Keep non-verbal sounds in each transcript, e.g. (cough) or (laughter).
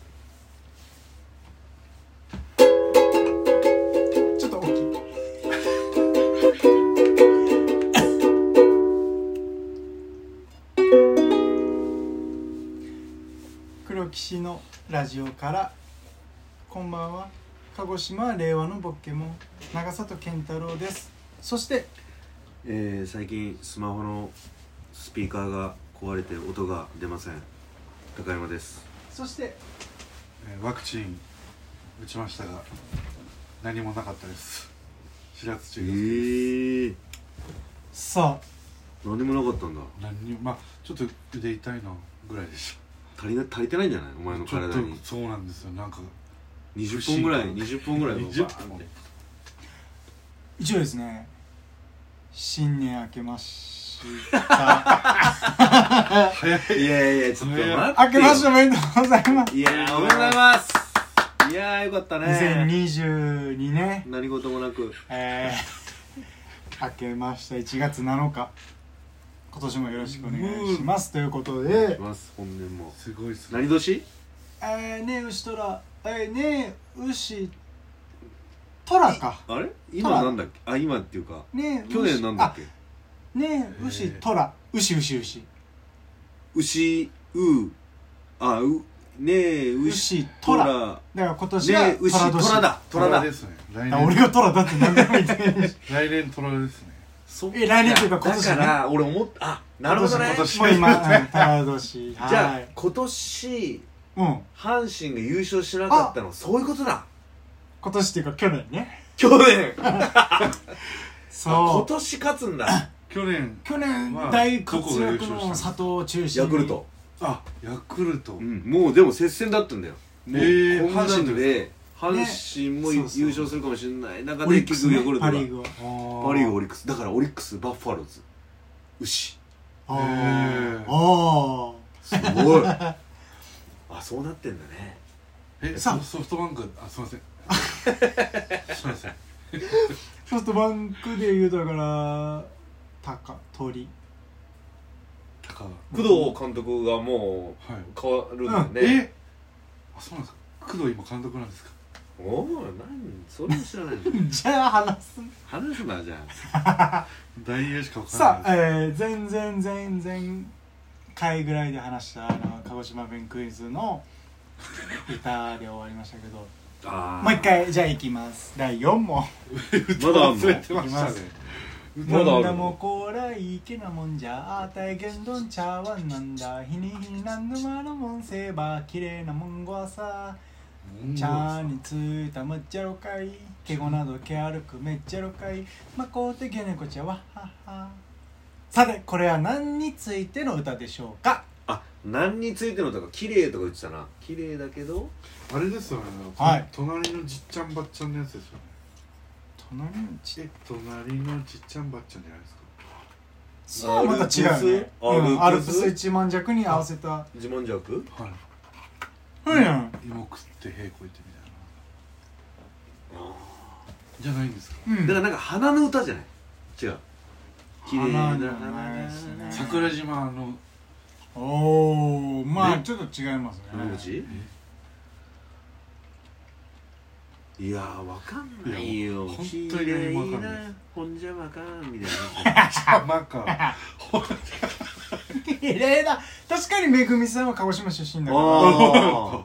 (laughs) 岸のラジオからこんばんは鹿児島令和のボッケモン長里健太郎ですそしてえー、最近スマホのスピーカーが壊れて音が出ません高山ですそしてえーワクチン打ちましたが何もなかったです4月え中です、ー、さあ何でもなかったんだ何にもまあちょっと腕痛いなぐらいでし足りな足りてないんじゃないおた前のちょっ体とにそうなんですよなんか20本ぐらい不20本ぐらいの20バーンって一応ですね新年明けました早いいやいやちょっと待ってよ明けましておめでとうございますいやーおめでとうございますいやーよかったね2022年何事もなくえー、明けました1月7日今年もよろしくお願いしますということいでます本年もすごいっすね何年えー、ねえ牛とらえー、ねえ牛とらかあれ今なんだっけあ今っていうかねえ去年なんだっけけねえ牛とら牛牛牛牛うあうねえ牛牛とら虎だから今ね年はえ牛年虎だ虎だですね来 (laughs) あ俺年がトラだって何でも言ってないし来年トラですねそっかえ来年というか今年ねだから俺思ったあなるほどね今年もう今うんトラ年じじゃあ今年うん阪神が優勝しなかったのそういうことだ今年っていうか去年ね去年あ今そう年勝つんだ去年去年まあ大活躍どこが優の勝した佐藤を中心ヤにクルトあヤクルト、うんもうでも接戦だったんだよもうえーこんなん阪神で阪神もねそうそう優勝するかもしれない中オでリック結ス、局ねヤクル、トパ・がリーグはあーパ・リーグオリックスだからオリックスバッファローズ牛あへーーあす (laughs) ごいあそうなってんだねえさソあソフトバンクあすいませんすいませんーソフトバンクで言うとだからタカ鳥高は工藤監督がもうい変わるんだよね、えあそうなんですか工藤今監督なんですかおお何それも知らないのじゃあ話す話すなじゃ大英しかわからさなあ、いでえー、前々前々回ぐらいで話したあの鹿児島弁クイズの歌で終わりましたけどああ (laughs) ーもう一回じゃあいきます第4問すまだあんの忘れてましたねまだあるなんだもこらいけなもんじゃあたいげんどん茶碗なんだ日に日になんぬまのもんせばきれいなもんごはさ茶についたむっちゃろかいけごなどけあるくめっちゃろかいまこうてげねこちゃわっはっはさてこれは何についての歌でしょうかあ何についてのとか綺麗とか言ってたな綺麗だけどあれですよね、はい隣のじっちゃんばっちゃんのやつですよね隣のちえ隣のじっちゃんばっちゃんじゃないですかそれはまた違うよねアルプスうんアルプス一万弱に合わせた自慢弱はいうん芋食って屁こいてみたいなじゃないんですかうんだからなんか花の歌じゃない違う綺麗な花じゃないですね桜島のおおまあねちょっと違いますね何文字いやーわかんないよいや本当に何もわかんない綺です麗ほんじゃわかんみたい (laughs) 浜か綺麗だ確かにめぐみさんは鹿児島出身だなかあ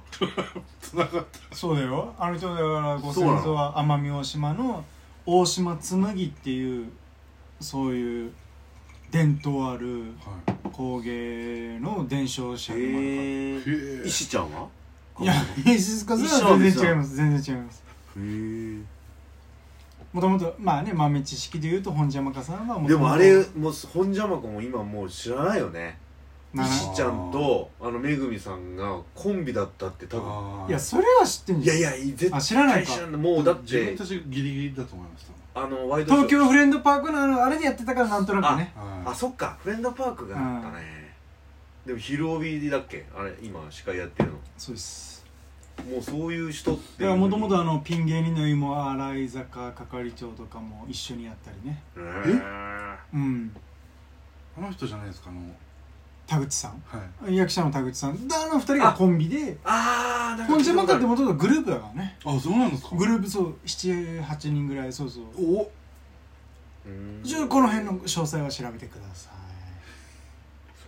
つながったらそうだよあの人だからごそ先うなの祖は奄美大島の大島紬っていうそういう伝統あるは工芸の伝承あ者でもあるへいへええ石ちゃんはからいや石塚さんは全然違います全然違いますへえもともとまあね豆知識で言うと本邪魔家さんはもでとももとあれもう本邪魔子も今もう知らないよねなら石ちゃんとあのめぐみさんがコンビだったって多分あーいやそれは知ってんいじゃやんいや絶あ対知らないか知らないもうだっ自分てたちギリギリだと思いましたあのワイドショー東京フレンドパークのあのあれでやってたからなんとなくねはあそっかフレンドパークがあったねでも昼帯だっけあれ今司会やってるのそうですもうそういう人ってだからもともとあのピン芸人の芋洗い坂係長とかも一緒にやったりねえうんいあの人じゃないですかあの田口さんはい役者の田口さんだあの二人がコンビであーなんか本邪魔家ってももともとグループだからねあそうなんですかグループそう78人ぐらいそうそうおちょっとこの辺の詳細は調べてくださ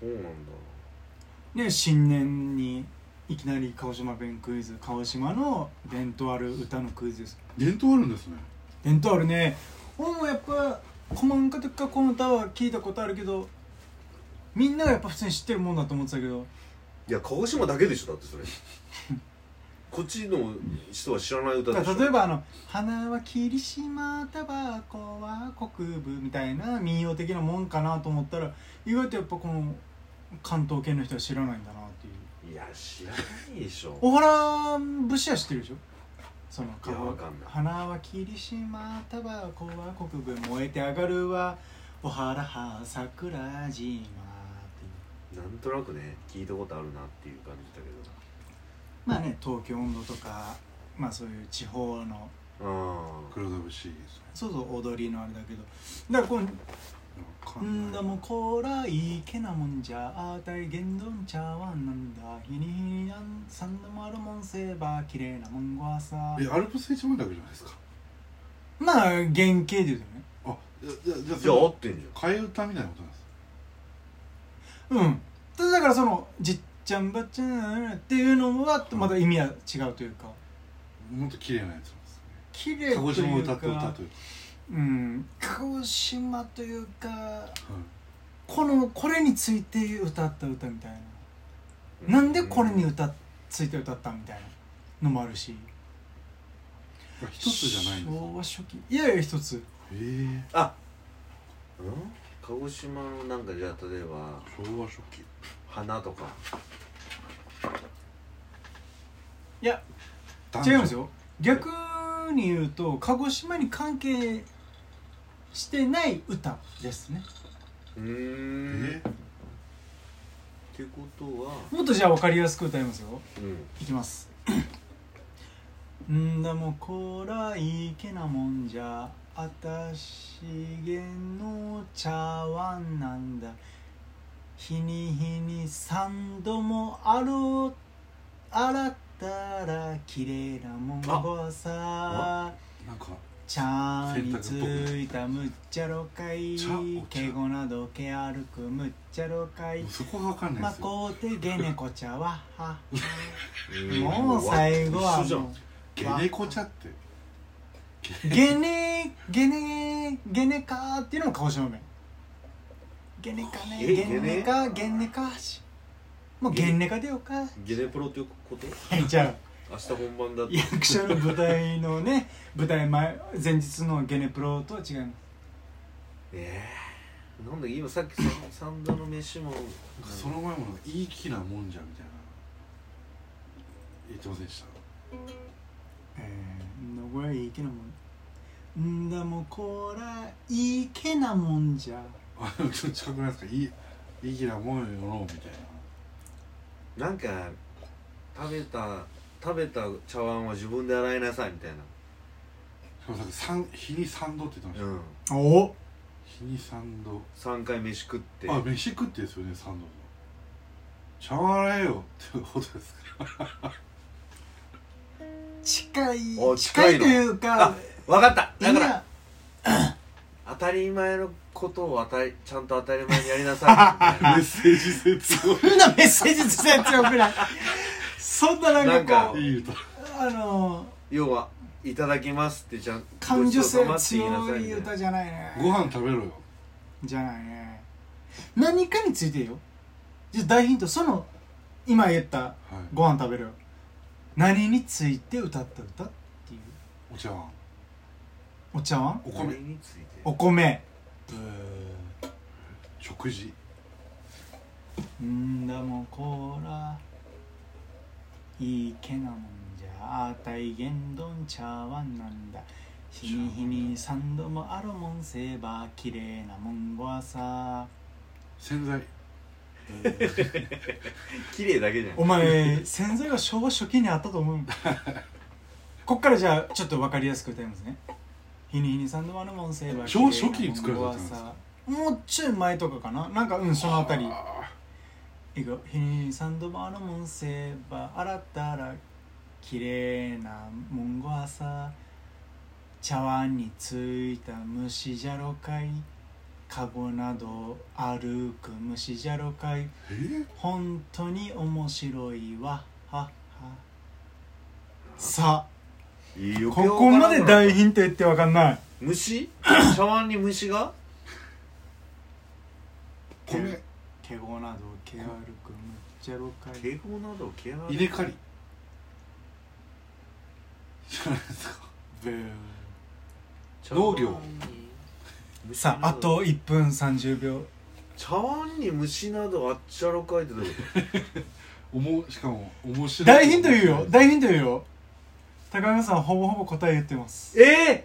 そうなんだいで新年にいきなり鹿児島弁クイズ鹿児島の伝統ある歌のクイズです伝統あるんですね伝統あるね俺もやっぱ細かとかこの歌は聞いたことあるけどみんながやっぱ普通に知ってるもんだと思ってたけどいや鹿児島だけでしょだってそれ (laughs) こっちの人は知らない歌だでかしょら例えばあの「花は霧島タバコは国分」みたいな民謡的なもんかなと思ったら意外とやっぱこの関東圏の人は知らないんだなっていういや知らないでしょ小原節は知ってるでしょそのいやわかんない花は霧島タバコは国分燃えて上がるは小原は桜島っていうなんとなくね聞いたことあるなっていう感じだけまあね東京温度とかまあそういう地方のどああ黒田節ですねそうそう踊りのあれだけどだからこのわかんんなだいもこらいいけなもんじゃあたい言動んちゃわんなんだ日に日になんさんでもあるもんせえば綺麗なもんごわさえアルプス一万だけじゃないですかまあ原型で言うとねあじゃじゃじゃいや合ってんじゃ替え歌みたいなことなんですうんただだからそのじっちゃんばっちゃんっていうのはまだ意味は違うというかもっと綺麗なやつなんですね綺麗鹿と児い島をうか歌って歌といううん鹿児島というかはいこのこれについて歌った歌みたいな、んなんでこれに歌っついて歌ったみたいなのもあるしこれ一つじゃないんです昭和初期いやいや一つええあうん鹿児島のなんかじゃあ例えば昭和初期花とかいや違いますよ逆に言うと鹿児島に関係してない歌ですねうーえんーってことはもっとじゃあ分かりやすく歌いますようんいきます。んだもこらいけなもんじゃあたしげの茶碗なんだ日に日に三度もあろ洗ったら綺麗なもんごさなんか茶についたむっちゃろかい茶お茶けごなどけ歩くむっちゃろかいもうそこがわかんないまですよこうてげねこ茶ははんもう最後は一緒じゃもんゲネコ茶ってうゲネゲネゲネカーっていうのも鹿児島弁ゲネカねえゲネカゲネカしもうゲネカでよかゲネプロっていうことじゃあ明日本番だって役者の舞台のね舞台前前日のゲネプロとは違いますええなんだ今さっきさ三度の飯もなんかその前もなんかいい気なもんじゃみたいな言ってませんでした (laughs) えー、これいいけなもんんだもうこらいいけなもんじゃあでもちょっと近くないですかいいいい気なもんよのみたいななんか食べた食べた茶碗は自分で洗いなさいみたいしかもなんか三日に三度って言ってましたな、うん、お日に三度3回飯食ってあ飯食ってですよね三度の茶碗洗えよってことですか近いお近近いいのというあか分かったいやだから当たり前のことを当たりちゃんと当たり前にやりなさ (laughs) いみたいなメッセージ性強そんなメッセージ全然強 (laughs) くないそんななんかこなんいういい歌あの要はいただきますってちゃん感受性ごちそうさまって強言いいなさ歌いみたいなじゃないねご飯食べろよじゃないね何かについてよじゃあ大ヒントその今言ったはいご飯食べるよ何について歌った歌っていうお茶碗お茶碗お米それについてお米食事んだもんこらいいけなもんじゃあたいげんどん茶碗なんだ日に日に三度もあるもんせば綺麗なもんごわさ洗剤綺麗だけじゃんお前洗剤は昭和初期にあったと (laughs) 思うこっからじゃあちょっと分かりやすく歌いますね日に日に三度もあるもんせば昭和初期に作られたんですかもうちょい前とかかななんかうんそのあたりあいくよ日に三度もあるもんせえば洗ったら綺麗なもんごはさ茶碗についた虫じゃろかいかごなど歩く虫じゃろかいーえ本当に面白いわははさいいあよここま (laughs) で大ヒンント言ってわかんない虫茶碗に虫が米けごなどけあるくむっちゃろかい警報など気配稲刈りじゃないですかブー農農業さああと1分30秒茶碗に虫などあっちゃろかいってどういうこおもしかも面白い大ヒント言うよ大ヒント言うよ高山さんほぼほぼ答え言ってますとえ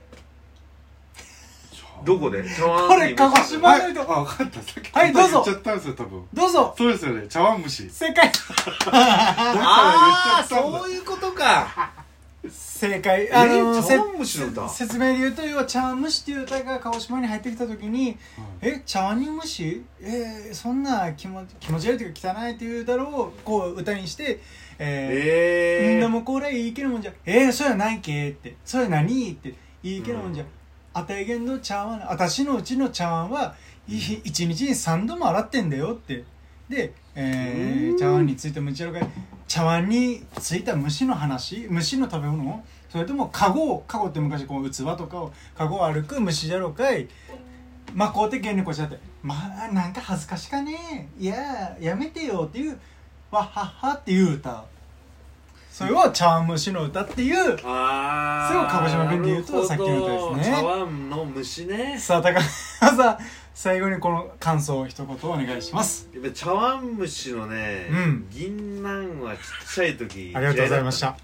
ー、どこでで茶碗これ鹿児島はい、あ分かったさっきはいどうぞ言っちゃったんですよ多分どうぞそうですよね茶碗蒸し正 (laughs) 解だからああ言っちゃったんだそういうことか正解ああののー、せ茶碗蒸しなんだ説明で言うと要は茶碗蒸しっていう歌が鹿児島に入ってきた時に「え茶碗に蒸しえー、そんな気持気持ち悪いというか汚い」っていうだろうをこう歌にして「えーえみんえなもこれいいけるもんじゃえー、それはないけ」って「それは何?」って「いいけるもんじゃ、うんあたいげんの茶碗私のうちの茶碗はい一日に3度も洗ってんだよ」ってで、えーうん茶碗についた虫やろかい茶碗についた虫の話虫の食べ物それともカゴをカゴって昔こう器とかをカゴを歩く虫じゃろかいまあこうてにこうしちゃって「まあなんか恥ずかしかねえいややめてよ」っていう「わっはっは」っていう歌それを「茶碗蒸しの歌」っていうああすごい鹿児島弁で言うとさっきの歌ですね茶碗の虫ねさあ高橋さん最後にこの感想を一言お願いしますやっぱ茶碗蒸しのね、うん銀杏はちっちゃい時ありがとうございました